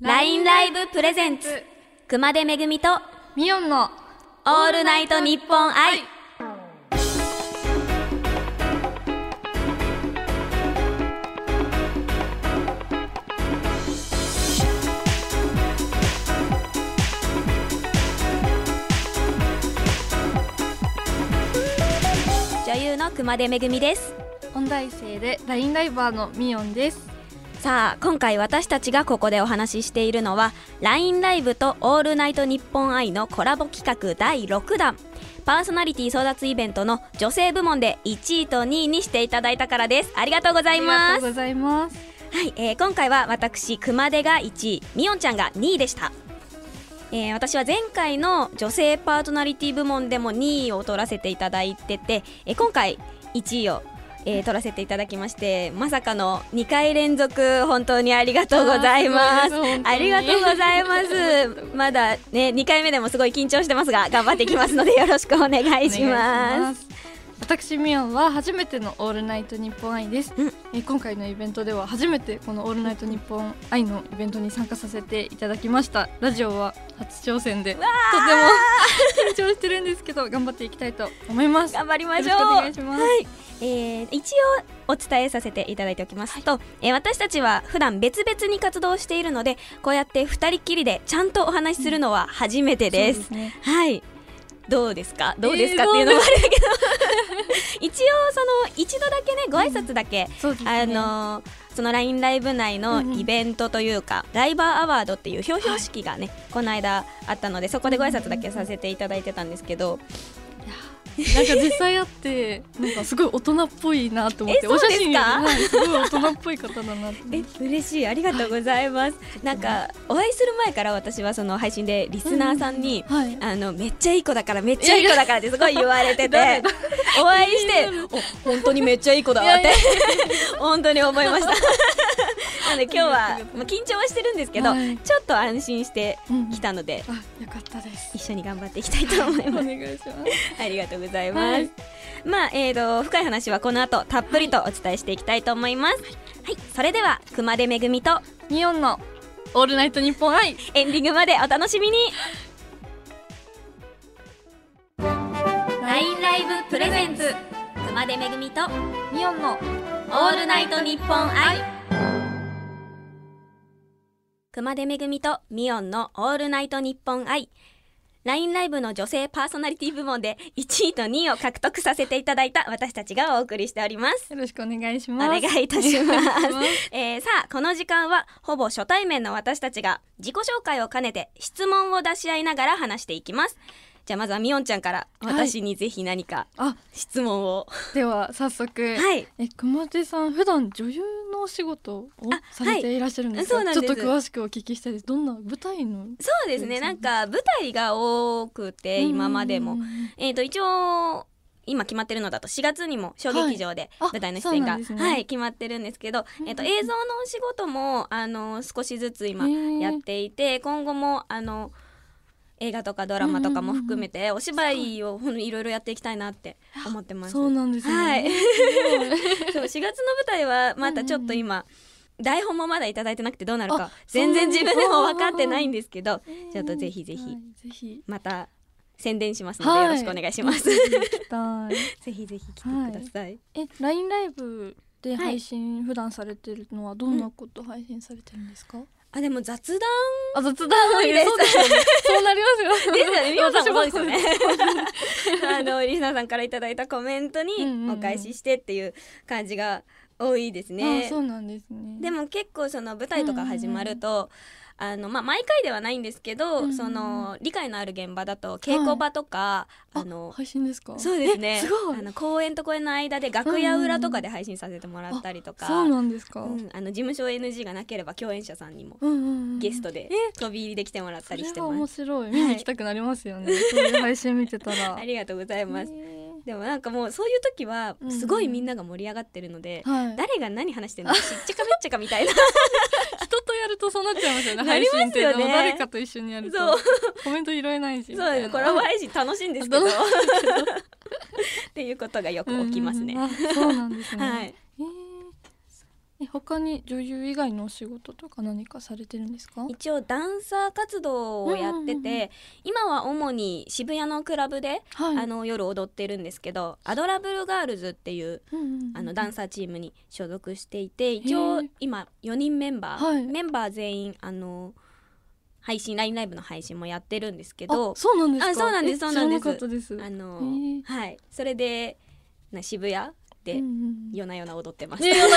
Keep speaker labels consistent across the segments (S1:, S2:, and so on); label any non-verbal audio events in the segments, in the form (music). S1: LINE ライブプレゼンツ熊手めぐみと
S2: ミオンの
S1: オールナイトニッポン愛女優の熊手めぐみです
S2: 音大生でラインライバーのミオンです
S1: さあ今回私たちがここでお話ししているのは LINE ライブと「オールナイトニッポン愛」のコラボ企画第6弾パーソナリティ争奪イベントの女性部門で1位と2位にしていただいたからですありがとうござ
S2: あ
S1: いま
S2: りが
S1: す
S2: とうございます
S1: はい、えー今回は私熊手が1位みおんちゃんが2位でした、えー私は前回の女性パーソナリティ部門でも2位を取らせていただいてて、えー今回1位を、えー取らせていただきましてまさかの2回連続本当にありがとうございま
S2: あ
S1: す
S2: ーすごいです本当に
S1: ありがとうございます
S2: (laughs)
S1: まだね2回目でもすごい緊張してますが頑張っていきますのでよろしくお願いしま
S2: お
S1: す
S2: 願いします私ミオンは初めてのオールナイトニッポン愛です、
S1: うん
S2: えー今回のイベントでは初めてこのオールナイトニッポン愛のイベントに参加させていただきましたラジオは初挑戦でとても (laughs) 緊張してるんですけど頑張っていきたいと思います
S1: 頑張りましょう
S2: よろしくお願いします
S1: はいえー一応お伝えさせていただいておきますと、えー私たちは普段別々に活動しているのでこうやって2人っきりでちゃんとお話しするのは初めてです。
S2: そうね
S1: はいどうですかどうですか、
S2: えー
S1: っていうのもあるけど (laughs) 一応その一度だけねご挨拶だけ、
S2: そうですね
S1: あのーその LINE ライブ内のイベントというか、ライバーアワードっていう表彰式がね、この間あったのでそこでご挨拶だけさせていただいてたんですけど、
S2: なんか実際会ってなんかすごい大人っぽいなと思っ
S1: え
S2: て
S1: そう
S2: お
S1: ですか
S2: 写真よりはいすごい大人っぽい方だなと思
S1: え
S2: って
S1: 嬉しいありがとうございます、なんかお会いする前から私はその配信でリスナーさんに、
S2: はい
S1: あのめっちゃいい子だからめっちゃいい子だからってすごい言われ
S2: (laughs)
S1: ててお会いしてお本当にめっちゃいい子だわって
S2: いやい
S1: 本当に思いました
S2: (laughs)
S1: なので今日はもう緊張はしてるんですけど、
S2: はい
S1: ちょっと安心して
S2: うん
S1: きたので、
S2: あよかったです
S1: 一緒に頑張っていきたいと思い
S2: お (laughs)
S1: ます
S2: 願いします
S1: ありがとうございます。
S2: はい
S1: まあ、えーと、深い話はこの後たっぷりとお伝えしていきたいと思います。はい、それでは熊手めぐみと
S2: ミオンのオールナイトニッポン愛
S1: エンディングまでお楽しみに。ラインライブプレゼンツ熊手めぐみと
S2: ミオンの
S1: オールナイトニッポン愛。熊手めぐみとミオンのオールナイトニッポン愛。LINE ライブの女性パーソナリティ部門で1位と2位を獲得させていただいた私たちがお送りしております。
S2: よろしくお願いし
S1: お
S2: ます
S1: 願いいたし (laughs) ます
S2: お願いしま。
S1: えーさあ、この時間はほぼ初対面の私たちが自己紹介を兼ねて質問を出し合いながら話していきます。じゃあまずはみおんちゃんから
S2: はい
S1: 私にぜひ何か
S2: あ
S1: 質問を。
S2: では早速
S1: はい。
S2: え熊手さん普段女優のお仕事をされていらっしゃるんですか、
S1: はいそうなんです
S2: ちょっと詳しくお聞きしたいですどんな舞台の
S1: そうですね。なんか舞台が多くて今までも
S2: うんうんうん
S1: えー、と一応今決まってるのだと4月にも小劇場で
S2: はいあ
S1: 舞台の出演が、は
S2: そうな
S1: い
S2: んですね
S1: 決まってるんですけど、
S2: うん
S1: えー、と映像のお仕事も、あの少しずつ今
S2: へー
S1: やっていて今後もあの映画とかドラマとかも含めてお芝居をほんいろいろやっていきたいなって思ってます。
S2: そうなんですね、
S1: はい
S2: す
S1: (laughs) そう4月の舞台はまたちょっと今、台本もまだいただいてなくてどうなるか
S2: あ
S1: 全然
S2: そう
S1: 自分でも分かってないんですけど
S2: ごい
S1: (laughs) ちょっとぜひぜひ
S2: はいぜひ
S1: また宣伝しますのでよろしくお願いします。
S2: 聞きたい
S1: ぜひぜひ来て
S2: はい
S1: ください
S2: (laughs) え LINE ライブで
S1: はい
S2: 配信普段されてるのはどんなこと配信されてるんですか、
S1: あでも雑談
S2: あ雑談
S1: 多いです
S2: そうですよねそうなりますよ
S1: ですよね美穂さんもそうですよね
S2: 私も
S1: (laughs) あのリスナーさんからいただいたコメントに
S2: うんうんうん
S1: お返ししてっていう感じが多いです
S2: あ
S1: ね
S2: そ。うなんですね
S1: でも結構その舞台とか始まると、あのまあ、毎回ではないんですけど、
S2: うんうん
S1: その理解のある現場だと稽古場とか、あの
S2: 配信ですか
S1: そうですね
S2: えすごい
S1: あの公演と公演の間で楽屋裏とかで配信させてもらったりとか、
S2: そうなんですか、
S1: うんあの事務所 NG がなければ共演者さんにも
S2: うんうんうん
S1: ゲストで飛び入りで来てもらったりして
S2: それは面
S1: ます。
S2: 白い
S1: い
S2: 見に行きたくなります
S1: (laughs)
S2: よね、そういう配信見てたら
S1: ありがとうございます。
S2: へ
S1: でもなんかもうそういう時は
S2: うん
S1: すごいみんなが盛り上がってるので
S2: ー、はい
S1: 誰が何話してるのかしっちゃかめっちゃかみた
S2: (laughs)
S1: いな
S2: 人とやるとそうなっちゃいますよね
S1: なりますよね
S2: 配信ってでも誰かと一緒にやると
S1: そう
S2: コメント拾えないし
S1: そうですコ
S2: これ
S1: ラボ配信楽しいんですけどっていうことがよく起きますね。
S2: そうなんですね、
S1: はい、
S2: えーえ他に女優以外のお仕事とか何かされてるんですか
S1: 一応ダンサー活動をやってて、
S2: うんうんうんうん
S1: 今は主に渋谷のクラブで、
S2: はい
S1: あの夜踊ってるんですけどアドラブルガールズっていう
S2: うんうんうん
S1: あのダンサーチームに所属していて
S2: ー
S1: 一応今4人メンバー、
S2: はい
S1: メンバー全員あの配信 LINE ライブの配信もやってるんですけ
S2: あ
S1: ど
S2: そうなんですか
S1: あそうなんです
S2: え
S1: そうなんです
S2: 知らなかったです
S1: あの、
S2: へー
S1: はいそれでな渋谷で
S2: うんうん
S1: 夜な夜な踊ってます、
S2: ね夜な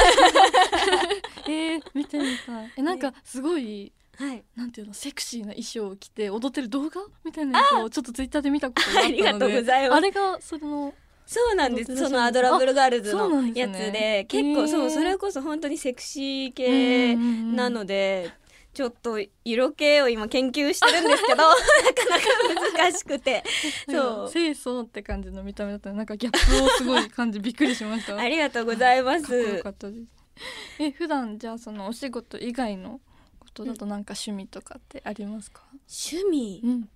S2: (laughs) えー、見てみたいえなんかすごい
S1: はい
S2: なんていうのセクシーな衣装を着て踊ってる動画みたいなやつをちょっとツイッターで見たことがあったので
S1: あありがとうございます
S2: あれがその
S1: そうなんです
S2: 踊って
S1: そ
S2: らっしゃる
S1: のアドラブルガールズ
S2: あそうな
S1: の
S2: んで
S1: や
S2: す
S1: つ
S2: ね
S1: で結構そ
S2: へ
S1: う
S2: ー
S1: それこそ本当にセクシー系な
S2: な
S1: ので、ちょっと色気を今研究してるんです
S2: (laughs)
S1: けどなかなか難しくてそう
S2: 清楚って感じの見た目だったのでなんかギャップをすごい感じびっくりしました
S1: ありがとうございま
S2: かっこよ
S1: す
S2: かったですえ普段じゃあそのお仕事以外のことだとなんか趣味とかってありますか
S1: 趣味
S2: ん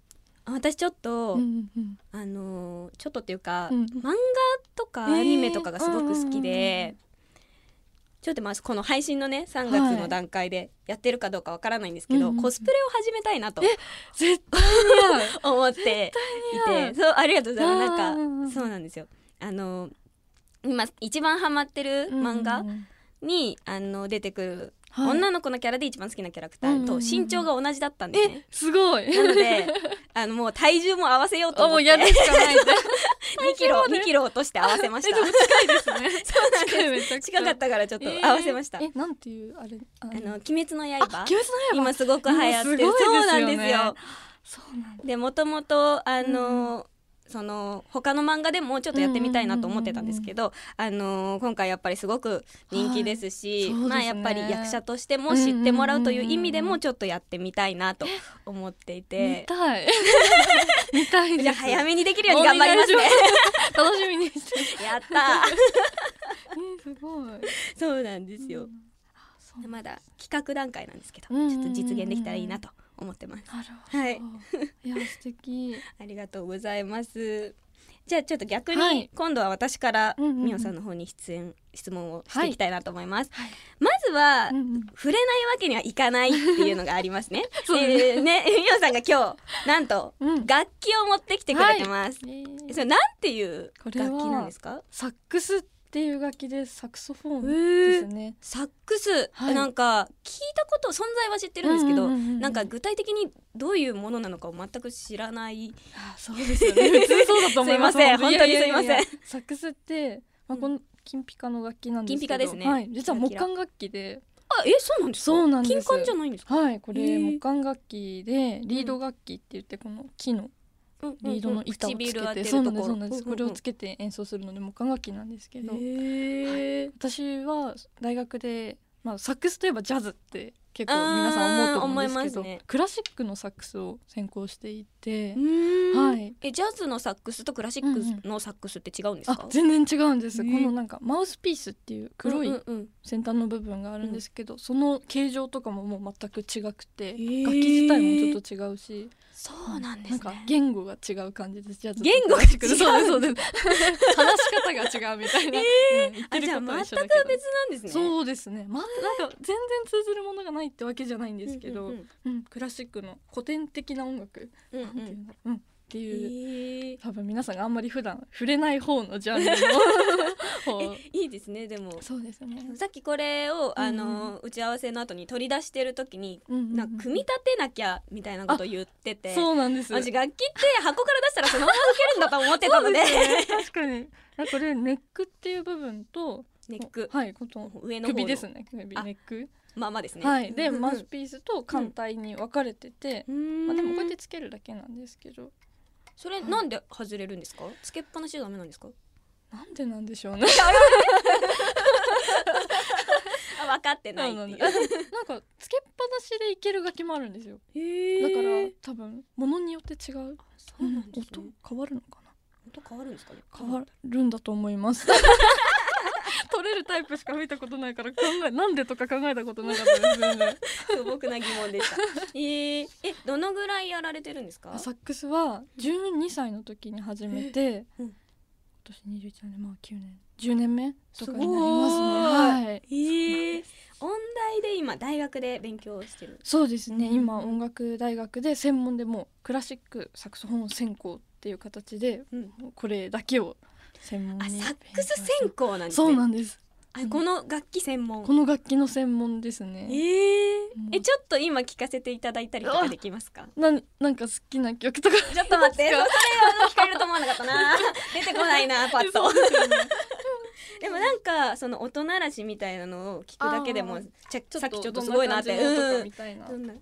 S1: あ私ちょっと、
S2: うんうん
S1: あのーちょっとっていうか、
S2: うん
S1: 漫画とかアニメとかがすごく好きで、
S2: えーうんうんうんうん
S1: ちょっとまあこの配信のね3月の段階でやってるかどうかわからないんですけど、
S2: うんうんうん
S1: コスプレを始めたいなと
S2: 絶対に合う
S1: (laughs) 思ってい
S2: 対に合
S1: て
S2: う
S1: そうありがとうございます
S2: あーうん
S1: な
S2: うんうんん
S1: かそうなんですよあの今一番ハマってる漫
S2: う
S1: 画
S2: んうんうん
S1: に、あの出てくる、
S2: はい
S1: 女の子のキャラで一番好きなキャラクターと
S2: うんうんうん
S1: 身長が同じだったんです
S2: え
S1: ね、
S2: すごい
S1: なので (laughs) あのもう体重も合わせようと
S2: あ
S1: 思
S2: も
S1: っ
S2: う
S1: て
S2: やるしか
S1: (laughs)
S2: ない
S1: 2キロ
S2: 体重まで
S1: 2キロ落として合わせまし
S2: え
S1: た
S2: でも近い (laughs) ですね
S1: そうなんです
S2: (laughs) 近いめちゃくちゃ
S1: (laughs) 近かったからちょっと合わせました、
S2: えーえなんていうあれあの
S1: あの鬼滅の
S2: あ
S1: 刃
S2: 鬼滅の刃
S1: 今すごく流行ってる、
S2: 今す
S1: そう
S2: ご
S1: ないん
S2: で
S1: です
S2: よね
S1: すよ
S2: そうなんだ
S1: でもともとあの、その他の漫画でもちょっとやってみたいなと思ってたんですけど、あの今回やっぱりすごく人気ですし、
S2: はいそうですね
S1: まあやっぱり役者としても知ってもらうという意味でもちょっとやってみたいなと思ってい
S2: 見
S1: て、 (laughs)
S2: たい見たいです
S1: じゃあ早めにできるように頑張ります
S2: お願
S1: ね
S2: いします楽しみ
S1: (laughs)
S2: にしてる
S1: やった
S2: えすごい
S1: ーそうなんですよ、
S2: あそうなん
S1: まだ企画段階なんですけど、
S2: うんうんうん
S1: ちょ
S2: うん
S1: っと実現できたらいいなと思ってます
S2: なるほど
S1: はい
S2: いや素
S1: (laughs)
S2: 敵
S1: ありがとうございます。じゃあちょっと逆に、
S2: はい
S1: 今度は私から
S2: うんうんうん
S1: みおさんの方に出演質問をしていきたいなと思います。
S2: はい
S1: まずは、
S2: うんうん
S1: 触れないわけにはいかないっていうのがありますね。
S2: (laughs) そうです
S1: えーねみおさんが今日なんと
S2: うん
S1: 楽器を持ってきてくれてます。
S2: えー
S1: それなんていう
S2: こ
S1: 楽器
S2: れは
S1: なんですか？
S2: サックスっていう楽器でサクソフォンです
S1: ー
S2: ね
S1: サックス、
S2: はい
S1: なんか聞いたこと存在は知ってるんですけど、
S2: うんうんうんうん
S1: なんか具体的にどういうものなのかを全く知らない。
S2: あそうですよね普通そうだと (laughs) 思います
S1: すいません
S2: ややや
S1: 本当にすいま
S2: やサックスってまあ
S1: うん
S2: この金ピカの楽器なんです
S1: 金ピ
S2: けど
S1: カですね
S2: はい実は木管楽器で
S1: あえそうなんですか？
S2: そうなんです
S1: 金管じゃないんですか？
S2: はいこ
S1: へ
S2: れ
S1: ー
S2: 木管楽器でリード楽器って言ってこの木の
S1: うんうんうん
S2: リードの板をつけ
S1: 唇当て
S2: て
S1: る
S2: そうなんで
S1: とこ
S2: すそ
S1: ろ
S2: うなんですこれをつけて演奏するので木管楽器なんですけど
S1: へー
S2: 私は大学で、まあ、サックスといえばジャズって結構皆さん思うと思うんですけど
S1: あー思いますね
S2: クラシックのサックスを専攻していて
S1: う、ーん
S2: はい、
S1: えジャズのサックスとクラシックのサックスって違うんですか
S2: あ、全然違うんです、
S1: えー
S2: このなんかマウスピースっていう黒
S1: う
S2: い
S1: んうんうん
S2: 先端の部分があるんですけど、その形状とかももう全く違くて、
S1: ー
S2: 楽器自体もちょっと違うし
S1: そうなんですね
S2: なんか言語が違う感じですジャズと
S1: 言語が
S2: クラシックの
S1: 違う
S2: (laughs) そうですそうです話し方が違うみたいな、うん言って
S1: あ
S2: る
S1: じゃあ
S2: ことは一緒
S1: 全
S2: だ
S1: く
S2: けど
S1: 別なんですねう
S2: そうですね、ま、なんか全然通ずるものがないってわけじゃないんですけど、
S1: う
S2: うんんクラシックの古典的な音楽、
S1: うんう
S2: なんていうん
S1: ん
S2: だろううんって
S1: へ
S2: いう、
S1: ー
S2: 多分皆さんがあんまり普段触れない方のジャンルの
S1: (laughs)
S2: 方
S1: えいいですねでも
S2: (laughs) そうですね、
S1: さっきこれをあ
S2: うん
S1: の打ち合わせの後に取り出してる時に
S2: うんうんうん
S1: なんか組み立てなきゃみたいなこと言ってて
S2: そうなんです
S1: 私楽器って箱から出したらそのまま吹けるんだと思ってたので
S2: 確かにあこれネックっていう部分と
S1: ネック
S2: はいこの
S1: 上の方の
S2: 首ですね首ネ
S1: あ
S2: ック、
S1: まあまあですね
S2: はいで
S1: うんうん
S2: マウスピースと艦隊に分かれてて、
S1: ま
S2: まあ、でもこうやってつけるだけなんですけど
S1: それなんで外れるんですかつけっぱなしじゃダメなんですか
S2: なんでなんでしょうね
S1: あ分かってない
S2: そう
S1: ってい
S2: ん
S1: う
S2: だ (laughs) なんかつけっぱなしでいける楽器もあるんですよだから多分物によって違う、
S1: そうなんです
S2: 音
S1: ね
S2: 変わるのかな
S1: 音変わるんですかね
S2: 変わるんだと思
S1: (laughs)
S2: います取れるタイプしか見たことないから考えなんでとか考えたことなかったです
S1: (laughs)
S2: 全然
S1: 素朴な疑問
S2: (laughs)
S1: でしたえー、えどのぐらいやられてるんですか
S2: サックスは12歳の時に始めて、
S1: うん
S2: 今年21なんでまあ9年10年目とかになり
S1: すご
S2: ます
S1: い
S2: ねはい
S1: ええ音大で今大学で勉強してる
S2: そうですね、
S1: うん
S2: 今音楽大学で専門でもうクラシックサクソフォン専攻っていう形で、
S1: うん
S2: もうこれだけを専門に
S1: あ
S2: 勉強
S1: サックス専攻なんです
S2: そうな
S1: ね
S2: んです
S1: あこの楽器専門
S2: この楽器の専門ですね
S1: ええ
S2: うん
S1: えちょっと今聞かせていただいたりとかできますか
S2: なんなんか好きな曲とか
S1: (laughs) ちょっと待ってそれは聞かれると思わなかった (laughs) な出てこないなパッとでもなんかその音鳴らしみたいなのを聞くだけで
S2: あ
S1: も
S2: ー
S1: ちゃさっきちょっとすごいなってうん
S2: みたいな
S1: どんな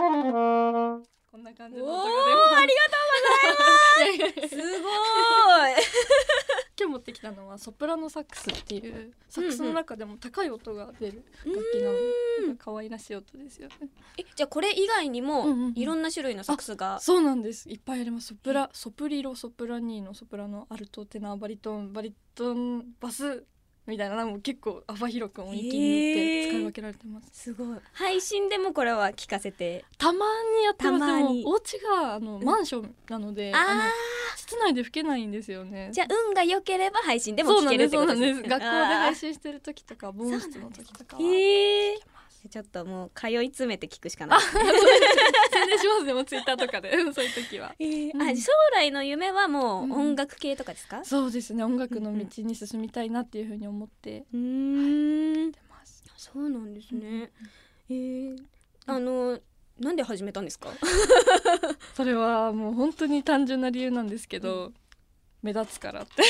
S2: こんな感
S1: お
S2: じ
S1: ー
S2: の音が
S1: あり
S2: 出
S1: が
S2: ます
S1: とうすごい
S2: 今日持ってきたのはソプラノサックスっていうサックスの中でも高い音が出る楽器なの
S1: うん
S2: なんか可愛らしい音ですよね
S1: (laughs) えじゃあこれ以外にも
S2: うんうんうん
S1: いろんな種類のサックスが
S2: そうなんですいっぱいありますソプラソプリロソプラニーノソプラノアルトテナーバリトンバリトンバスみたいななんかもう結構幅広く音域によって使い分けられてます、
S1: すごい配信でもこれは聞かせて
S2: たまにやってます
S1: たま
S2: でも
S1: に
S2: お家があのマンションなので、
S1: あー
S2: あの室内で吹けないんですよね
S1: じゃあ運が良ければ配信でも
S2: そう
S1: 聞
S2: なん
S1: ける
S2: で
S1: っ
S2: す
S1: て
S2: そ
S1: こ
S2: う
S1: と
S2: な
S1: で
S2: ん
S1: すね
S2: です学校で配信してる時とか防音室の時とかは
S1: あー
S2: 宣
S1: へえ
S2: (laughs)
S1: ちょっともう通い詰めて聞くしかない
S2: 伝しますでもツイッターとかで (laughs) うんそういう時は
S1: えー
S2: うん
S1: あ将来の夢はもう音楽系とかですか、
S2: そうですね音楽の道に進みたいなっていうふうに思って
S1: うーん
S2: ます
S1: そうなんですね、えーあのなんで始めたん
S2: (laughs)
S1: ですか
S2: それはもう本当に単純な理由なんですけど、目立つからって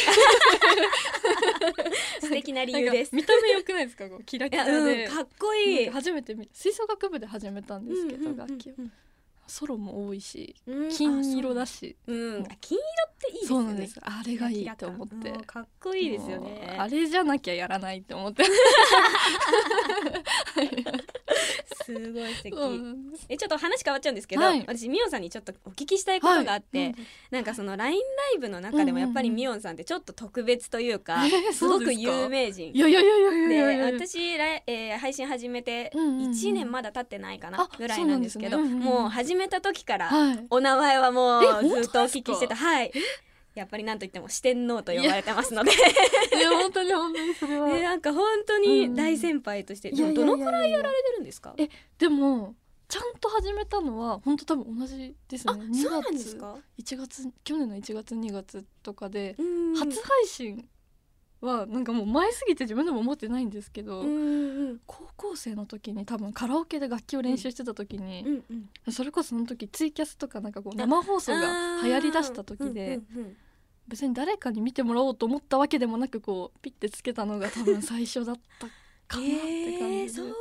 S1: 素敵な理由です
S2: なんか見た目良く (laughs) ないですかこうキラ
S1: い
S2: キ
S1: や、
S2: ラ
S1: うん、
S2: で、
S1: かっこいい、
S2: うん初めて見吹奏楽部で始めたんですけど、楽器を
S1: うん
S2: ソロも多いし
S1: うんうん
S2: 金色だ
S1: し、
S2: し、
S1: うん、あ金色っていいです
S2: そう
S1: よ
S2: なんで
S1: ね
S2: すあれがいいと思っ
S1: キラキラ感う
S2: て
S1: んかっこいいですよ
S2: も
S1: ね
S2: うあれじゃなきゃやらないって思って
S1: すごい素敵、
S2: そうなんです
S1: えちょっと話変わっちゃうんですけど、
S2: はい
S1: 私みおんさんにちょっとお聞きしたいことがあって、
S2: はい
S1: なんかその LINE ライブの中でもやっぱりみおんさんってちょっと特別というか、
S2: えー
S1: す
S2: そ
S1: ご
S2: うで
S1: く
S2: すか
S1: 有名人
S2: いやいやいやいやいやい
S1: で
S2: や
S1: 私ら、えー配信始めて
S2: うんうんうん
S1: 1年まだ経ってないかな
S2: あ
S1: ぐらいなんですけど
S2: そうなんですねうんうんうん
S1: もう始めた時から
S2: はい
S1: お名前はも
S2: え
S1: うずっとお聞きして
S2: 本当で
S1: た
S2: す
S1: はいやっぱりなんといっても四天王と呼ばれてますので
S2: いや本当に本当にそれは、
S1: ね (laughs) なんか本当に大先輩として
S2: いやいやいやいや
S1: どのくらいやられてるんですか
S2: えでもちゃんと始めたのは本当多分同じですね
S1: あ
S2: 2月
S1: そうなんですか
S2: 1月去年の1月2月とかで、
S1: うん
S2: 初配信はなんかもう前すぎて自分でも思ってないんですけど、
S1: うんうん
S2: 高校生の時に多分カラオケで楽器を練習してた時に
S1: う、んうん
S2: それこそその時ツイキャスとかなんかこう生放送が流行りだした時で、
S1: うんうんうん
S2: 別に誰かに見てもらおうと思ったわけでもなくこうピッてつけたのが多分最初だったかなって
S1: え
S2: 感
S1: ー
S2: じで。
S1: そう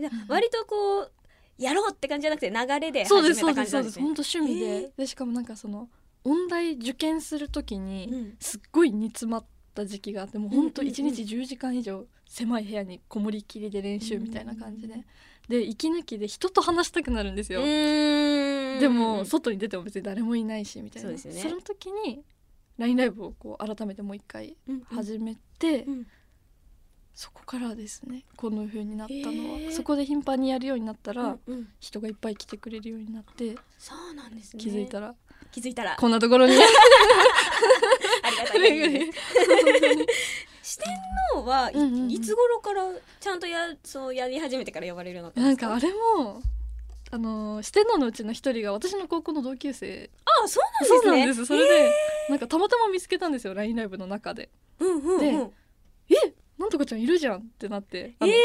S1: じゃあ割とこうやろうって感じじゃなくて流れで
S2: そうで
S1: 始
S2: す
S1: め
S2: そう
S1: た
S2: で
S1: 感
S2: す
S1: じ
S2: そ
S1: な
S2: うんで
S1: ですす
S2: 本
S1: ね
S2: 当趣味で、
S1: えー
S2: でしかもなんかその音大受験する時に、
S1: うん
S2: すっごい煮詰まった時期があってもうほんと
S1: うんうんうん
S2: 1日10時間以上狭い部屋にこもりきりで練習みたいな感じで、で息抜きで人と話したくなるんですよ、
S1: で
S2: でも外に出ても別に誰もいないしみたいな
S1: そうですよね
S2: の時に LINE ライブをこう改めてもう一回始めて、
S1: うん
S2: そこからですねこの風になったのは、
S1: へー
S2: そこで頻繁にやるようになったら、
S1: うんうん
S2: 人がいっぱい来てくれるようになって
S1: そうなんですね
S2: 気づいたら、
S1: 気づいたら
S2: こんなところに
S1: ありがたい
S2: (laughs)
S1: 限りです四天王はい
S2: うんうんうん
S1: いつ頃からちゃんとやそうやり始めてから呼ばれるようにな
S2: な
S1: っ
S2: ん
S1: た
S2: かあ
S1: んですか
S2: れもあのー四天王のうちの一人が私の高校の同級生
S1: あそう
S2: (laughs) そう
S1: な
S2: なんん
S1: で
S2: です
S1: ね
S2: すそれで、なんかたまたま見つけたんですよ LINE ライブの中で
S1: うんうんうん
S2: 「えなんとかちゃんいるじゃん」ってなってあ
S1: え
S2: の、
S1: ー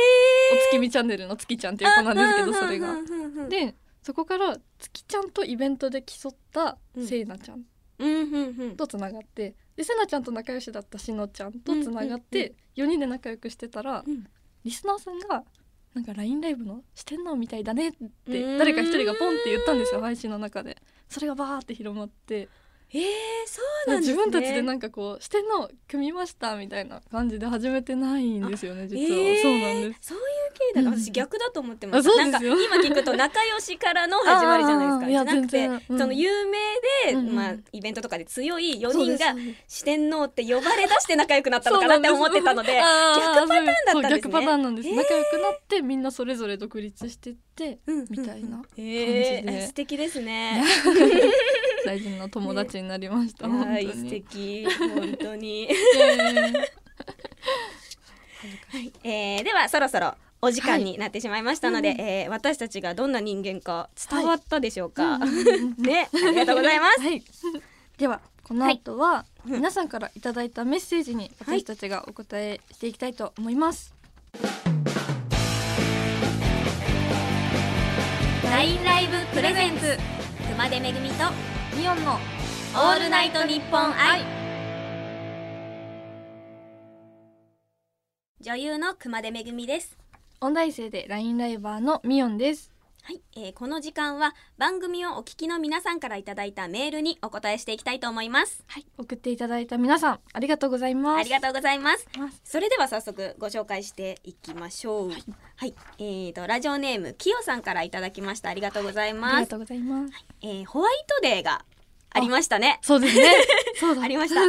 S2: お月見チャンネルの月ちゃんっていう子なんですけどそれ
S1: う
S2: が
S1: んうんうんうん
S2: でそこから月ちゃんとイベントで競った
S1: うん
S2: せいなちゃん
S1: うんうんうん
S2: とつながってでせなちゃんと仲良しだったしのちゃんとつながっ
S1: うんうん
S2: て4人で仲良くしてたら
S1: うん
S2: リスナーさんが「なんか LINE ライブの四天王みたいだね」って誰か一人がポンって言ったんですよ配信の中でそれがバーって広まって、
S1: えーそうなんです
S2: 自
S1: ね
S2: 分たちでなんかこう四天王組みましたみたいな感じで始めてないんですよね実は、
S1: えー
S2: そうなんです
S1: そういう係だから
S2: うん
S1: 私逆だと思ってま
S2: あ
S1: す、
S2: そう
S1: な
S2: で
S1: んか
S2: すよ
S1: 今聞くと仲良しからの始まりじゃないです
S2: あ
S1: か
S2: ー
S1: じゃなくて、
S2: 全然
S1: その有名で、
S2: うん
S1: まあ、イベントとかで強い4人が
S2: そうです
S1: 四天王って呼ばれ出して仲良くなったのかなって思ってたの
S2: (laughs)
S1: で
S2: そうなん
S1: 逆パ
S2: です
S1: ターンだったんですね
S2: そう逆パターンなんです、
S1: えー
S2: 仲良くなってみんなそれぞれ独立してってみたいな
S1: えー
S2: 感じで
S1: 素敵ですね
S2: 大事な友達になりました、本当
S1: は
S2: に
S1: い素敵本当に (laughs) はいえーではそろそろお時間になってしまいましたので、
S2: はいうん
S1: えー私たちがどんな人間か伝わったでしょうか、
S2: うんうんうん
S1: ねありがとうございます
S2: (laughs) はい、ではこの後は、
S1: うん
S2: 皆さんからいただいたメッセージに
S1: はい
S2: 私たちがお答えしていきたいと思います、
S1: ラインライブプレゼンツ熊手めぐみと
S2: ミオンの
S1: オールナイトニッポン愛女優の熊手めぐみです
S2: 音大生で LINE ライバーのミオンです
S1: はい、えーこの時間は番組をお聞きの皆さんからいただいたメールにお答えしていきたいと思います
S2: はい、送っていただいた皆さんありがとうございます
S1: ありがとうございます
S2: うございます
S1: それでは早速ご紹介していきましょうはい、えーとラジオネームきよさんからいただきましたありがとうござい
S2: あり
S1: ま
S2: が
S1: す、
S2: とうございます
S1: えーホワイトデーがありましたね
S2: そうです (laughs) ねそうだ
S1: ありました、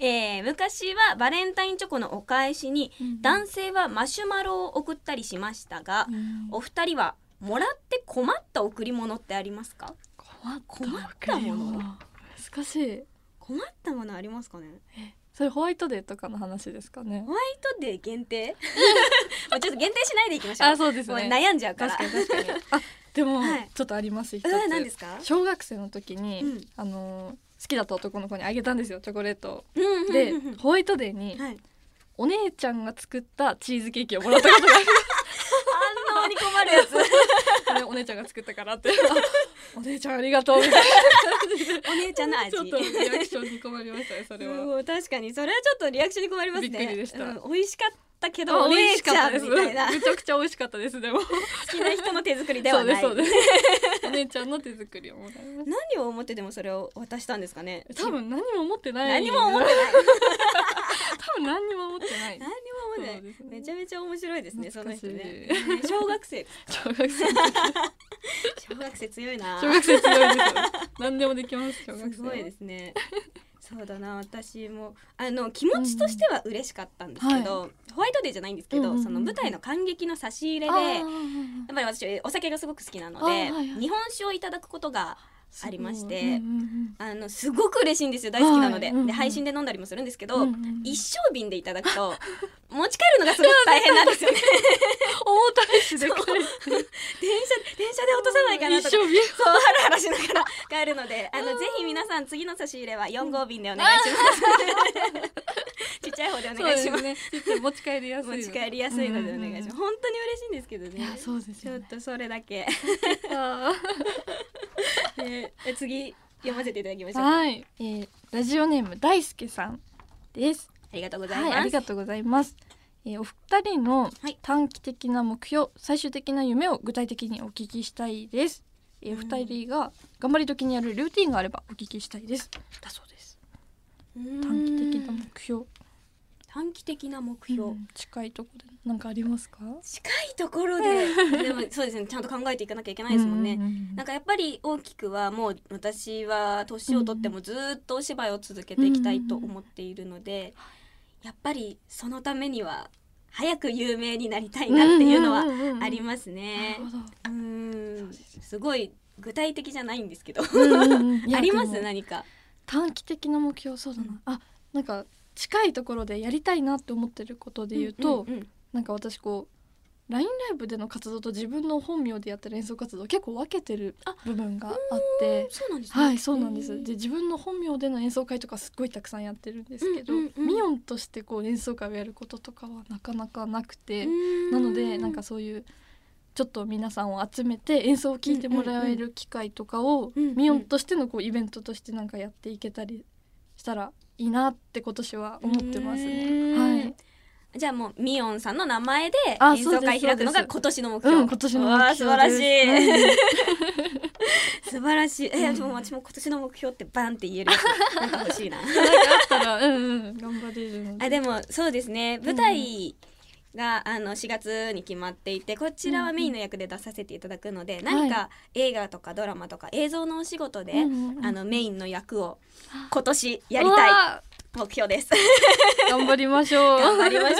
S1: えー昔はバレンタインチョコのお返しに
S2: うん
S1: 男性はマシュマロを送ったりしましたが、
S2: うん
S1: お二人はもらって困った贈り物ってありますか
S2: 困った
S1: 困ったもの
S2: 難しい
S1: 困ったものありますかね
S2: それホワイトデーとかの話ですかね
S1: ホワイトデー限定 (laughs) もうちょっと限定しないでいきましょう
S2: あそうです
S1: もう
S2: ね
S1: 悩んじゃうから
S2: 確かに確かにあでも、
S1: はい
S2: ちょっとあります一つ
S1: うん何ですか
S2: 小学生の時に、
S1: うん
S2: あのー好きだった男の子にあげたんですよチョコレート
S1: うんうんうんう
S2: を
S1: ん
S2: でホワイトデーに
S1: はい
S2: お姉ちゃんが作ったチーズケーキをもらったことがあ
S1: 反応に困るや (laughs) つ
S2: ってお姉ちゃんが作ったから
S1: (laughs)
S2: ってあお姉ちゃんありがとうみたいな
S1: お姉ちゃんの味
S2: ちょっとリアクションに困りましたねそれは。
S1: うん確かにそれはちょっとリアクションに困りますね
S2: びっくりでした
S1: うん美味しかったけどお姉ちゃんみたい
S2: (laughs)
S1: な好
S2: めちゃくちゃ美味しかったですでも
S1: きな人の手作りではない
S2: そうですそうですお姉ちゃんの手作りをも
S1: (laughs)
S2: らいまし
S1: 何を思ってでもそれを渡したんですかね
S2: た多分何も持ってない
S1: 何も思ってない
S2: 多分何にも持ってな
S1: (laughs)
S2: い
S1: 何も思ってない、
S2: そうですね
S1: めちゃめちゃ面白いですねその
S2: 懐
S1: 人
S2: かしい
S1: ねね小学生
S2: 小学生
S1: 小学生強いな
S2: (laughs) 小学生強いですよ何でもできます小学生
S1: すごいですねそうだな私もあの気持ちとしては嬉しかったんですけど、ホワイトデーじゃないんですけど、
S2: うんうんうん
S1: その舞台の感激の差し入れで
S2: あ
S1: やっ
S2: ー
S1: ぱり私お酒がすごく好きなので、
S2: あーはいはい
S1: 日本酒をいただくことが
S2: すごい
S1: ありまし
S2: うん
S1: て
S2: うん
S1: あのすごく嬉しいんですよ大好きなので,、
S2: はいうんうん
S1: で配信で飲んだりもするんですけど、
S2: うんうんうん
S1: 一升瓶でいただくと持ち帰るのがすごく大変なんです
S2: (laughs)
S1: よね
S2: 重たいしでかい
S1: 電車電車で落とさないかなとか
S2: 一生瓶
S1: そうハラハラしながら帰るので、あのぜひ皆さん次の差し入れは4号瓶でお願いします。ちっちゃい方でお願いします。
S2: ねちょっと持ち帰りやすい
S1: 持ち帰りやすいのでお願いします。
S2: す
S1: 本当に嬉しいんですけど
S2: いや
S1: ね。
S2: そうです
S1: ちょ
S2: よ
S1: っ
S2: ね
S1: とそれだけ。
S2: あ
S1: ええ次読ませていただきまし
S2: ー
S1: ょう。あ
S2: はいえーラジオネーム大輔さんです
S1: りがとうござい
S2: はい、あ
S1: ま
S2: り
S1: す。
S2: がとうございます。えーお二人の
S1: はい
S2: 短期的な目標、最終的な夢を具体的にお聞きしたいです。えー
S1: うん
S2: お二人が頑張り時にやるルーティンがあればお聞きしたいです。だそうです。
S1: うん
S2: 短期的な目標、
S1: 短期的な目
S2: う
S1: 標。
S2: ん近いところで何かありますか？
S1: 近いところで、でもそうですね。ちゃんと考えていかなきゃいけないですもんね。
S2: ううん
S1: なんかやっぱり大きくはもう私は年を取ってもずっとお芝居を続けていきたいと思っているので、やっぱりそのためには早く有名になりたいなっていうのはありますね。
S2: なる
S1: うーんすごい具体的じゃないんですけど、
S2: ほどうんうんうんい
S1: (laughs)
S2: や
S1: ありま
S2: ですも
S1: 何か。
S2: 短期的な目標そうだな。
S1: うん
S2: あ、なんか近いところでやりたいなって思ってることで言うと、
S1: んんん
S2: なんか私こう LINE ライブでの活動と自分の本名でやってる演奏活動を結構分けてる部分があって
S1: そうなんですね。
S2: はいそうなんですで
S1: へー
S2: 自分の本名での演奏会とかすっごいたくさんやってるんですけど、
S1: うんうんうん
S2: ミオンとしてこう演奏会をやることとかはなかなかなくて、
S1: うん
S2: なのでなんかそういうちょっと皆さんを集めて演奏を聴いてもらえる機会とかを、
S1: うんうん
S2: ミオンとしてのこうイベントとしてなんかやっていけたりしたらいいなって今年は思ってますね。
S1: うん
S2: はい
S1: じゃあもうミオンさんの名前で
S2: あ
S1: 演奏会
S2: そうです
S1: 開くの
S2: そう
S1: が
S2: です
S1: 今年の目標。
S2: うん、今年の目標
S1: わ
S2: で
S1: あ
S2: す
S1: 素晴らしい。
S2: うん
S1: 素晴らしい。え
S2: うん
S1: でも私も今年の目標ってバンって言えるやつなんか欲
S2: (laughs)
S1: しいな。
S2: なんかあったら、うんうん、頑張れるので。
S1: あでもそうですね。舞台があの4月に決まっていてこちらはメインの役で出させていただくので、何
S2: は
S1: か映画とかドラマとか映像のお仕事で、
S2: うんうんうん
S1: あのメインの役を今年やりたい
S2: わ
S1: 目標です。
S2: ー頑張りましょう
S1: 頑張りましょう。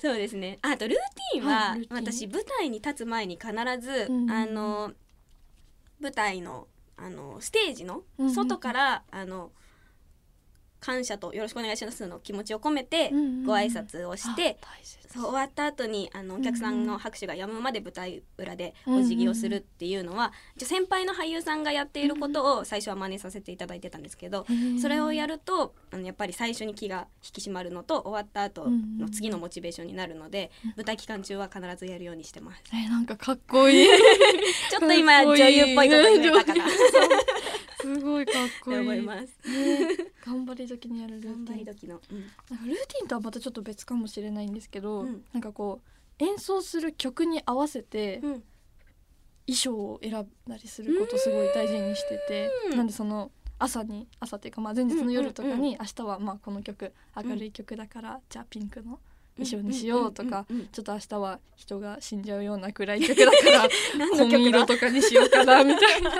S1: そうですね。あとルーティンは、
S2: はいルーティン
S1: 私舞台に立つ前に必ず、
S2: うんうんうん
S1: あの舞台のあのステージの
S2: うんうんうん
S1: 外から、あの感謝とよろしくお願いしますの気持ちを込めて
S2: うんうんうん
S1: ご挨拶をして、
S2: あ大切
S1: そう終わった後にあのお客さんの拍手が止むまで舞台裏で
S2: うんうん
S1: お
S2: うん
S1: 辞儀をするっていうのは、一応先輩の俳優さんがやっていることを最初は真似させていただいてたんですけど、それをや
S2: る
S1: るとあのやっぱり最初に気が引き締まるのと終わった後の次のモチベーションになるので、舞台期間中は必ずやるようにして
S2: (laughs)
S1: ます
S2: えなんかかっ
S1: (laughs)
S2: こいい
S1: ちょっと今
S2: かっこいい
S1: 女優っぽいこと言えたかな
S2: すごいかっ
S1: と
S2: こいい
S1: 思い (laughs) ます
S2: 頑張り時にやるル
S1: 頑
S2: ーテ
S1: 張
S2: ィ
S1: り
S2: ン
S1: 時の、うん
S2: なんかルーティンとはまたちょっと別かもしれないんですけど、
S1: うん
S2: なんかこう演奏する曲に合わせて
S1: うん
S2: 衣装を選んだりすることすごい大事にしてて
S1: うん
S2: なんでその朝に朝っていうかまあ前日の夜とか
S1: うんうんうん
S2: に明日はまあこの曲明るい曲だからじゃあピンクの衣装にしようとか
S1: うんうんうん
S2: ちょっと明日は人が死んじゃうような暗い曲だから
S1: 何の
S2: 紺
S1: 曲
S2: 色
S1: だ
S2: とかにしようかな
S1: (laughs)
S2: みたいな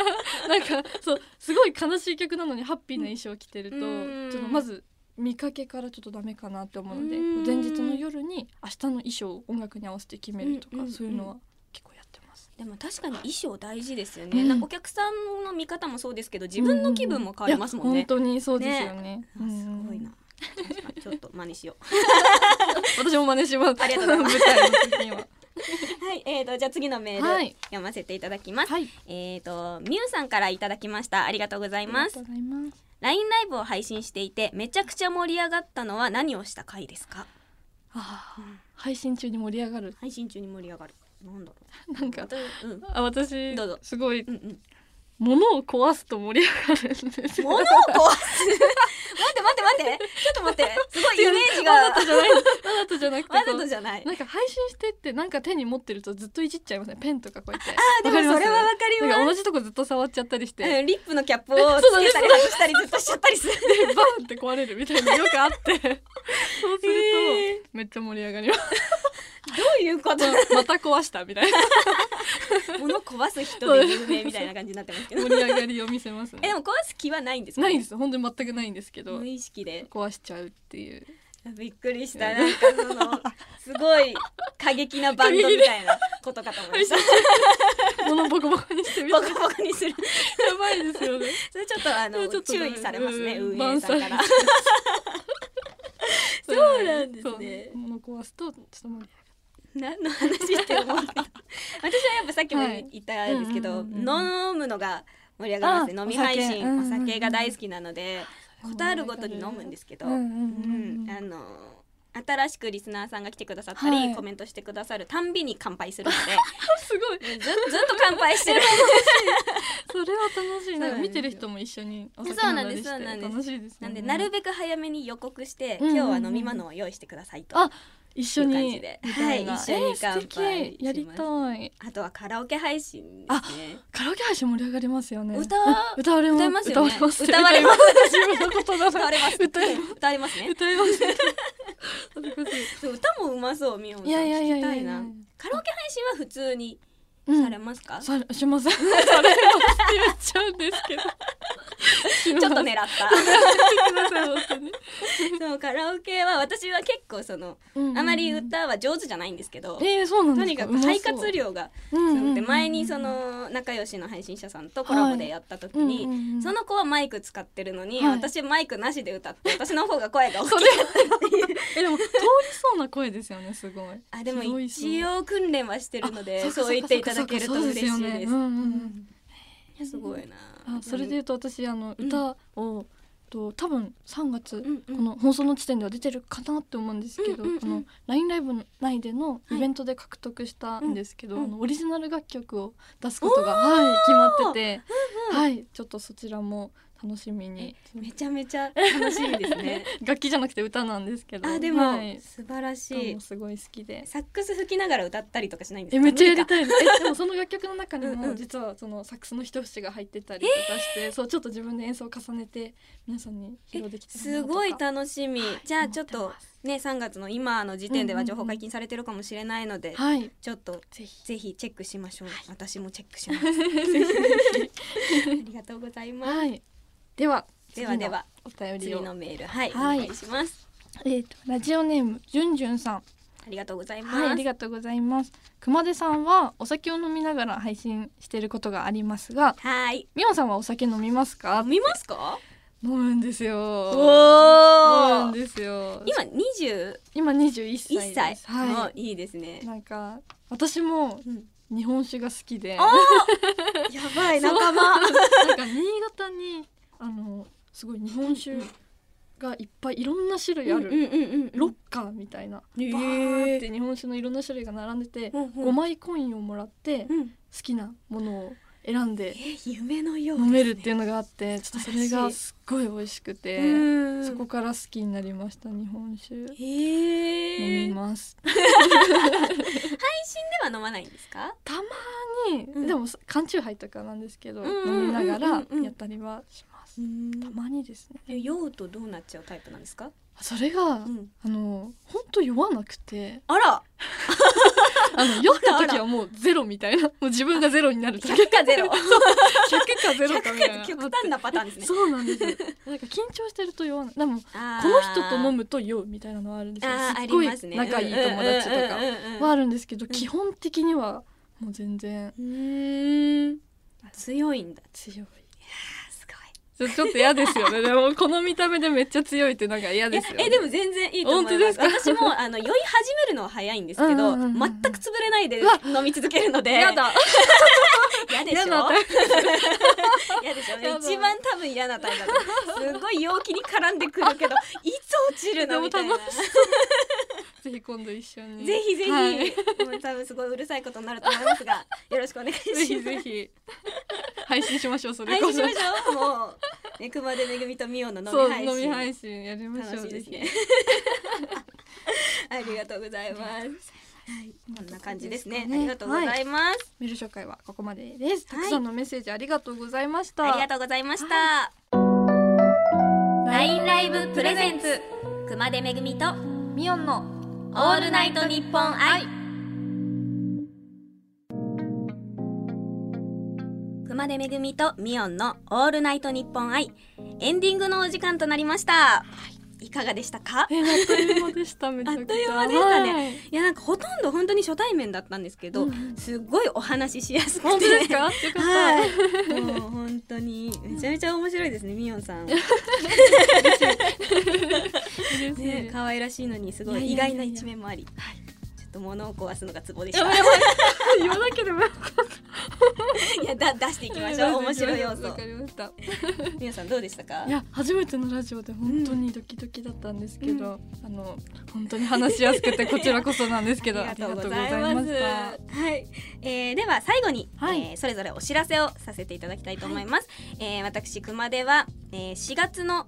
S2: なんかそうすごい悲しい曲なのにハッピーな衣装を着てると、
S1: うん
S2: ちょっとまず見かけからちょっとダメかなって思うので、
S1: うん
S2: 前日の夜に明日の衣装を音楽に合わせて決めるとか、
S1: うん
S2: そういうのは結構やってます。
S1: でも確かに衣装大事ですよね、
S2: うん
S1: なんかお客さんの見方もそうですけど自分の気分も変わりますもん
S2: いや
S1: ね、
S2: 本当にそうですよね。
S1: あ
S2: うん
S1: すごいな。確かにちょっと真似しよ
S2: 私も真似します。
S1: ありがとうござい
S2: ます。舞台の時には。
S1: う (laughs) はいえー、とじゃあ次のメール、
S2: はい
S1: 読ませていただきます、
S2: はい。
S1: えー、とみゆさんからいただきましたありがとうございます
S2: ありがとうございます。
S1: LINE ライブを配信していてめちゃくちゃ盛り上がったのは何をした回ですか
S2: あー配信中に盛り上がる。
S1: 配信中に盛り上がるなんだろう
S2: なんか
S1: またうん
S2: あ私
S1: どうぞ
S2: すごい
S1: うんうん、
S2: 物を壊すと盛り上がるんですよ。 (laughs)
S1: 物を壊す待って待って待ってちょっと待ってすごいイメージが
S2: わざとじゃないわざとじゃなくてこ
S1: わ
S2: う
S1: ざとじゃない
S2: なんか配信してってなんか手に持ってるとずっといじっちゃいませんペンとかこうやって
S1: あでもそれはわかります
S2: なんか同じとこずっと触っちゃったり
S1: (laughs)
S2: して、
S1: うんリップのキャップをつけたり外したりずっとしちゃったりする
S2: でバンって壊れるみたいなのよくあってそうすると、
S1: へー
S2: めっちゃ盛り上がります
S1: どういうこと
S2: また壊したみたいな
S1: 物壊す人で有名みたいな感じになってますけど
S2: 盛り上がりを見せます
S1: えで
S2: ね
S1: も壊す気はないんですか
S2: ないです本当に全くないんですけど
S1: 無意識で
S2: 壊しちゃうっていう
S1: びっくりしたなんかそのすごい過激なバンドみたいなことかと思いま
S2: (laughs)
S1: した
S2: 物ボコボコにしてみた
S1: ボ
S2: や
S1: コボコにする
S2: ばいですよね
S1: それちょっとあの
S2: ちょっと
S1: 注意されますね
S2: うん
S1: 運営さんから (laughs)
S2: 万歳
S1: そうなんですね
S2: そう物壊すとちょっと盛り上がる
S1: 何の話して思ってた私はやっぱさっきも
S2: はい
S1: 言ったんですけど、
S2: うんうんうん
S1: 飲むのが盛り上がりますね
S2: あ
S1: 飲み配信お
S2: お酒
S1: 酒,、
S2: うんうんうん
S1: が大好きなのでことあるごとに飲むんですけど、
S2: うんうんうんう
S1: うん
S2: ん
S1: あの新しくリスナーさんが来てくださったり、
S2: はい
S1: コメントしてくださるたんびに乾杯するの
S2: (laughs) すごい
S1: でずずっ (laughs) と乾杯してる
S2: (laughs) それは楽しい
S1: そうなですよ
S2: なんんか見てる人も一緒にお酒
S1: そう
S2: 飲ん
S1: な
S2: だ
S1: んで
S2: りし
S1: すそ
S2: て
S1: うなんです
S2: 楽しいですよ
S1: なん
S2: ね
S1: でなるべく早めに予告して、
S2: うんうんうん
S1: 今日は飲み物を用意してくださいと。
S2: あ一緒
S1: っていう感じ
S2: に
S1: で
S2: みたな
S1: はい一緒に
S2: えー素敵
S1: 乾杯します
S2: やりたい
S1: あとはカラオケ配信ですね。
S2: カラオケ配信盛り上がりますよね
S1: 歌
S2: え歌われ
S1: 歌えます
S2: 歌
S1: よ
S2: わ
S1: ね
S2: れます
S1: 歌われます
S2: (laughs) 自分のことだな
S1: 歌われます。
S2: 歌え
S1: 歌われます
S2: (laughs)
S1: ね。
S2: 歌えます恥ずかし
S1: そう歌もうまそう、みおんさん。
S2: いいやいやいや
S1: 聞き
S2: いや
S1: た
S2: い
S1: い
S2: や
S1: な。カラオケ配信は普通に
S2: うん
S1: されますか。
S2: さしませんそれは言っちゃうんですけどち
S1: ちょっと狙っ
S2: あ
S1: た。 (laughs) そう、カラオケは私は結構その、あまり歌は上手じゃないんですけど。
S2: えーそうな
S1: と
S2: んで
S1: に
S2: すか
S1: かく肺活量がすごくて前にその仲良しの配信者さんとコラボでやった時に、そ
S2: の
S1: の子はマイク使ってるのに、
S2: はい
S1: 私マイクなしで歌って私の方が声が大きい
S2: えでも通りそうな声ですよねすごい。
S1: (laughs) あでも
S2: 広い
S1: 一応訓練はしてるので
S2: あ
S1: そう言っていただけると嬉しいです。
S2: そうかそうかそうかそうですよねうんうんうん
S1: いやすごい
S2: あ
S1: な。
S2: それで言うと私あの
S1: うん
S2: 歌をと多分3月
S1: うんうん
S2: この放送の時点では出てるかなって思うんですけど、
S1: うんうんうん
S2: この LINE ライブ内でのイベントで獲得したんですけど、
S1: うんうん
S2: あのオリジナル楽曲を出すことが、はい、決まってて、はい、ちょっとそちらも楽しみに
S1: めちゃめちゃ楽しみです
S2: (laughs)
S1: ね
S2: 楽器じゃなくて歌なんですけど
S1: あでも、
S2: はい
S1: 素晴らし
S2: 歌
S1: い
S2: もすごい好きで
S1: サックス吹きながら歌ったりとかしないんです
S2: え
S1: か
S2: めっちゃやり
S1: い
S2: たいですえでもその楽曲の中に
S1: うんう
S2: も
S1: ん
S2: 実はそのサックスの一節が入ってたりとかして、そうちょっと自分で演奏を重ねて皆さんに披露できたらな
S1: す
S2: とか
S1: ごい楽しみ、
S2: はい
S1: じゃあちょっ
S2: 思
S1: と
S2: てます
S1: ね3月の今の時点で
S2: うん
S1: は
S2: うんうん
S1: 情報解禁されてるかもしれないので、
S2: はい
S1: ちょっと
S2: ぜひ
S1: ぜひチェックしましょう、私もチェックします
S2: (laughs)
S1: ありがとうございます、
S2: はいでは
S1: ではでは
S2: 次のお便り
S1: 次
S2: を
S1: のメールはい、
S2: はい
S1: お願いします
S2: えー、とラジオネームじゅんじゅんさん
S1: ありがとうございます、
S2: はいありがとうございます熊手さんはお酒を飲みながら配信していることがありますが
S1: はい
S2: みおんさんはお酒飲みますか
S1: 見ますか
S2: 飲むんですよ飲むん
S1: お
S2: ですよ
S1: 今21
S2: 今21歳です
S1: 歳
S2: は
S1: おいいですね
S2: い、なんか私も
S1: うん
S2: 日本酒が好きで
S1: おーやばい仲間
S2: なんか新潟にあのすごい日本酒がいっぱいいろんな種類ある、
S1: うんうんうんうん
S2: ロッカーみたいな、
S1: へー
S2: バーって日本酒のいろんな種類が並んでて、
S1: うんうん
S2: 5枚コインをもらって好
S1: うん
S2: きなものを選んで
S1: え夢のようです
S2: 飲
S1: ね
S2: めるっていうのがあってちょっとそれがすっごい美味しくて、
S1: うん
S2: そこから好きになりました日本酒飲
S1: へえ配
S2: みます
S1: 信では飲まないんですか
S2: たまに、
S1: うん
S2: でもさ缶チューハイとかなんですけど、
S1: うんうんうんうんうん
S2: 飲みながらやったりはします、たまにですね
S1: え酔うとどうなっちゃうタイプなんですか
S2: それが、
S1: ん
S2: あの本当酔わなくて
S1: あら
S2: あの (laughs) 酔った時はもうゼロみたいなもう自分がゼロになる時
S1: 100かゼ
S2: (laughs)
S1: ロ
S2: 100かゼロかみたいな
S1: 100極端なパターンですね
S2: そうなんですよなんか緊張してると酔わないでも
S1: あー
S2: この人と飲むと酔うみたいなのはあるんですよ
S1: あー
S2: す
S1: あ
S2: っ
S1: り
S2: ごい
S1: ますね
S2: 仲いい友達と
S1: う
S2: か
S1: んうんうんうんうん
S2: はあるんですけど
S1: ん
S2: 基本的にはもう全然
S1: うーん強いんだ
S2: 強い
S1: あすご
S2: ちょちょっと嫌ですよねでもこの見た目でめっちゃ強いってなんか嫌
S1: い
S2: ですよ、ね、
S1: えでも全然いいと思います
S2: 本当です
S1: 私もあの酔い始めるのは早いんですけど、
S2: うんうんうんうん
S1: 全く潰れないで
S2: うわ
S1: 飲み続けるので
S2: 嫌だ (laughs)
S1: 嫌でしょ
S2: 嫌な
S1: (laughs) 嫌でしょ
S2: やだ
S1: 一番多分嫌なタイプだと思うすごい陽気に絡んでくるけ
S2: (laughs)
S1: どいつ落ちる
S2: で
S1: の
S2: も
S1: みたいな
S2: 楽しぜひ今度一緒に
S1: ぜひぜひ、
S2: はい
S1: もう多分すごいうるさいことになると思います
S2: (laughs)
S1: がよろしくお願いします
S2: ぜひぜひ配信しましょうそれ
S1: 配
S2: こ
S1: 信し
S2: そ
S1: ましょうもう、ね、熊手めぐみとみおの
S2: そ
S1: 飲
S2: う
S1: み配信
S2: 飲み配信やりましょ
S1: 楽し
S2: う
S1: いですね
S2: ぜ
S1: ありがとうございますはい
S2: ひ
S1: こんな感じですね
S2: こんな
S1: あり
S2: 感
S1: がとうござ
S2: はい
S1: ます、
S2: メール紹介はここまでですた
S1: はい
S2: くさんのメッセージありがとうございました、
S1: ありがとうございました、ラインライブプレゼンツ熊手めぐみと
S2: ミオンの
S1: オールナイトニッポン愛熊手めぐみとミオンのオールナイトニッポン愛エンディングのお時間となりました、い、かがでしたか
S2: えあっという間でしためちゃくちゃ
S1: あっという間でしたね
S2: はい
S1: いやなんかほとんど本当に初対面だったんですけど、
S2: うんうん
S1: すごいお話ししやすくて
S2: 本当ですかよかった、
S1: はい、もう本当にめちゃめちゃ面白いですね、みおんさん。
S2: 嬉しい
S1: ね、可愛らしいのにすごい
S2: い
S1: 意
S2: やいやい
S1: 外な
S2: や
S1: 一面もあり。ちょっと物を壊すのがツボでし
S2: や
S1: た。
S2: ばい
S1: い
S2: やばい言わなければ
S1: や、だ、出 (laughs) していきましょう。面白い要素
S2: わか。りました
S1: みおんさんどうでしたか
S2: い。や初めてのラジオで本当にドキドキだったんですけど、あの本当に話しやすくてこちらこそなんですけど
S1: (laughs) ありがとうござい
S2: あり
S1: ま
S2: が
S1: す。
S2: とうございました
S1: はい、えー、では最後に、
S2: はい
S1: えーそれぞれお知らせをさせていただきたいと思います。えー私熊手は、えー、4月の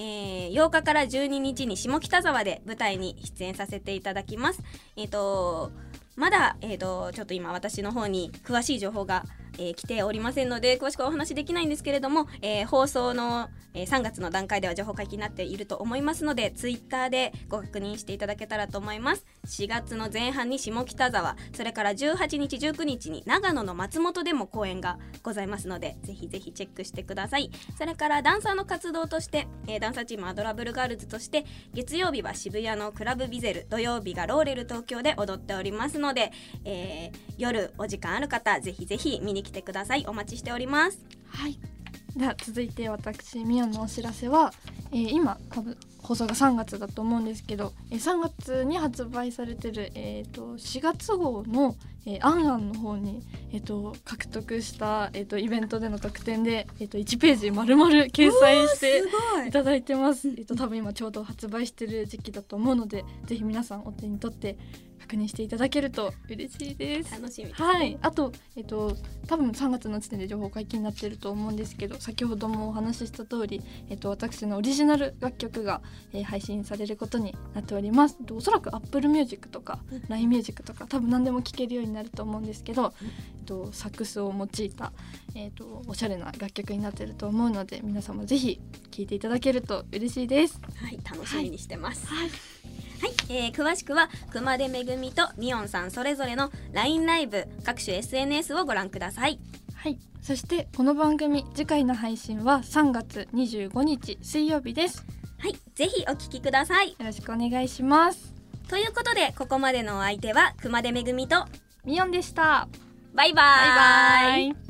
S1: えー、8日から12日に下北沢で舞台に出演させていただきます。えっ、とまだえっ、とちょっと今私の方に詳しい情報が、えー来ておりませんので詳しくはお話しできないんですけれども、えー放送の、えー3月の段階では情報解禁になっていると思いますのでツイッターでご確認していただけたらと思います。4月の前半に下北沢それから18日19日に長野の松本でも公演がございますのでぜひぜひチェックしてくださいそれからダンサーの活動として、えーダンサーチームアドラブルガールズとして月曜日は渋谷のクラブビゼル土曜日がローレル東京で踊っておりますので、えー夜お時間ある方ぜひぜひ見に来てくださいお待ちしております
S2: はい。では続いて私ミヤのお知らせは、えー今多分放送が3月だと思うんですけど、えー3月に発売されてるえっ、と4月号のえー、アンアンの方に、えっと獲得した、えっとイベントでの特典で、えっと1ページ丸々掲載して
S1: ご
S2: いただいてます、えっと多分今ちょうど発売してる時期だと思うのでぜひ皆さんお手に取って確認していただけると嬉しいです
S1: 楽しみですね
S2: はい、あと、えっと、多分3月の時点で情報解禁になってると思うんですけど先ほどもお話しした通り、えっと、私のオリジナル楽曲が、えー配信されることになっておりますでおそらく Apple Music とか
S1: うん
S2: LINE Music とか多分何でも聴けるようになると思うんですけど、えっと、サックスを用いた、えっと、おしゃれな楽曲になってると思うので皆様ぜひ聴いていただけると嬉しいです。
S1: はい、楽しみにしてます。は
S2: はい、
S1: い、えー詳しくは熊手めぐみとみおんさんそれぞれの LINE ライブ各種 SNS をご覧ください。
S2: はい、そしてこの番組次回の配信は3月25日水曜日です。
S1: はい、ぜひお聞きください。
S2: よろしくお願いします。
S1: ということでここまでのお相手は熊手めぐみと
S2: みよんでした。
S1: バイバイ。
S2: イ。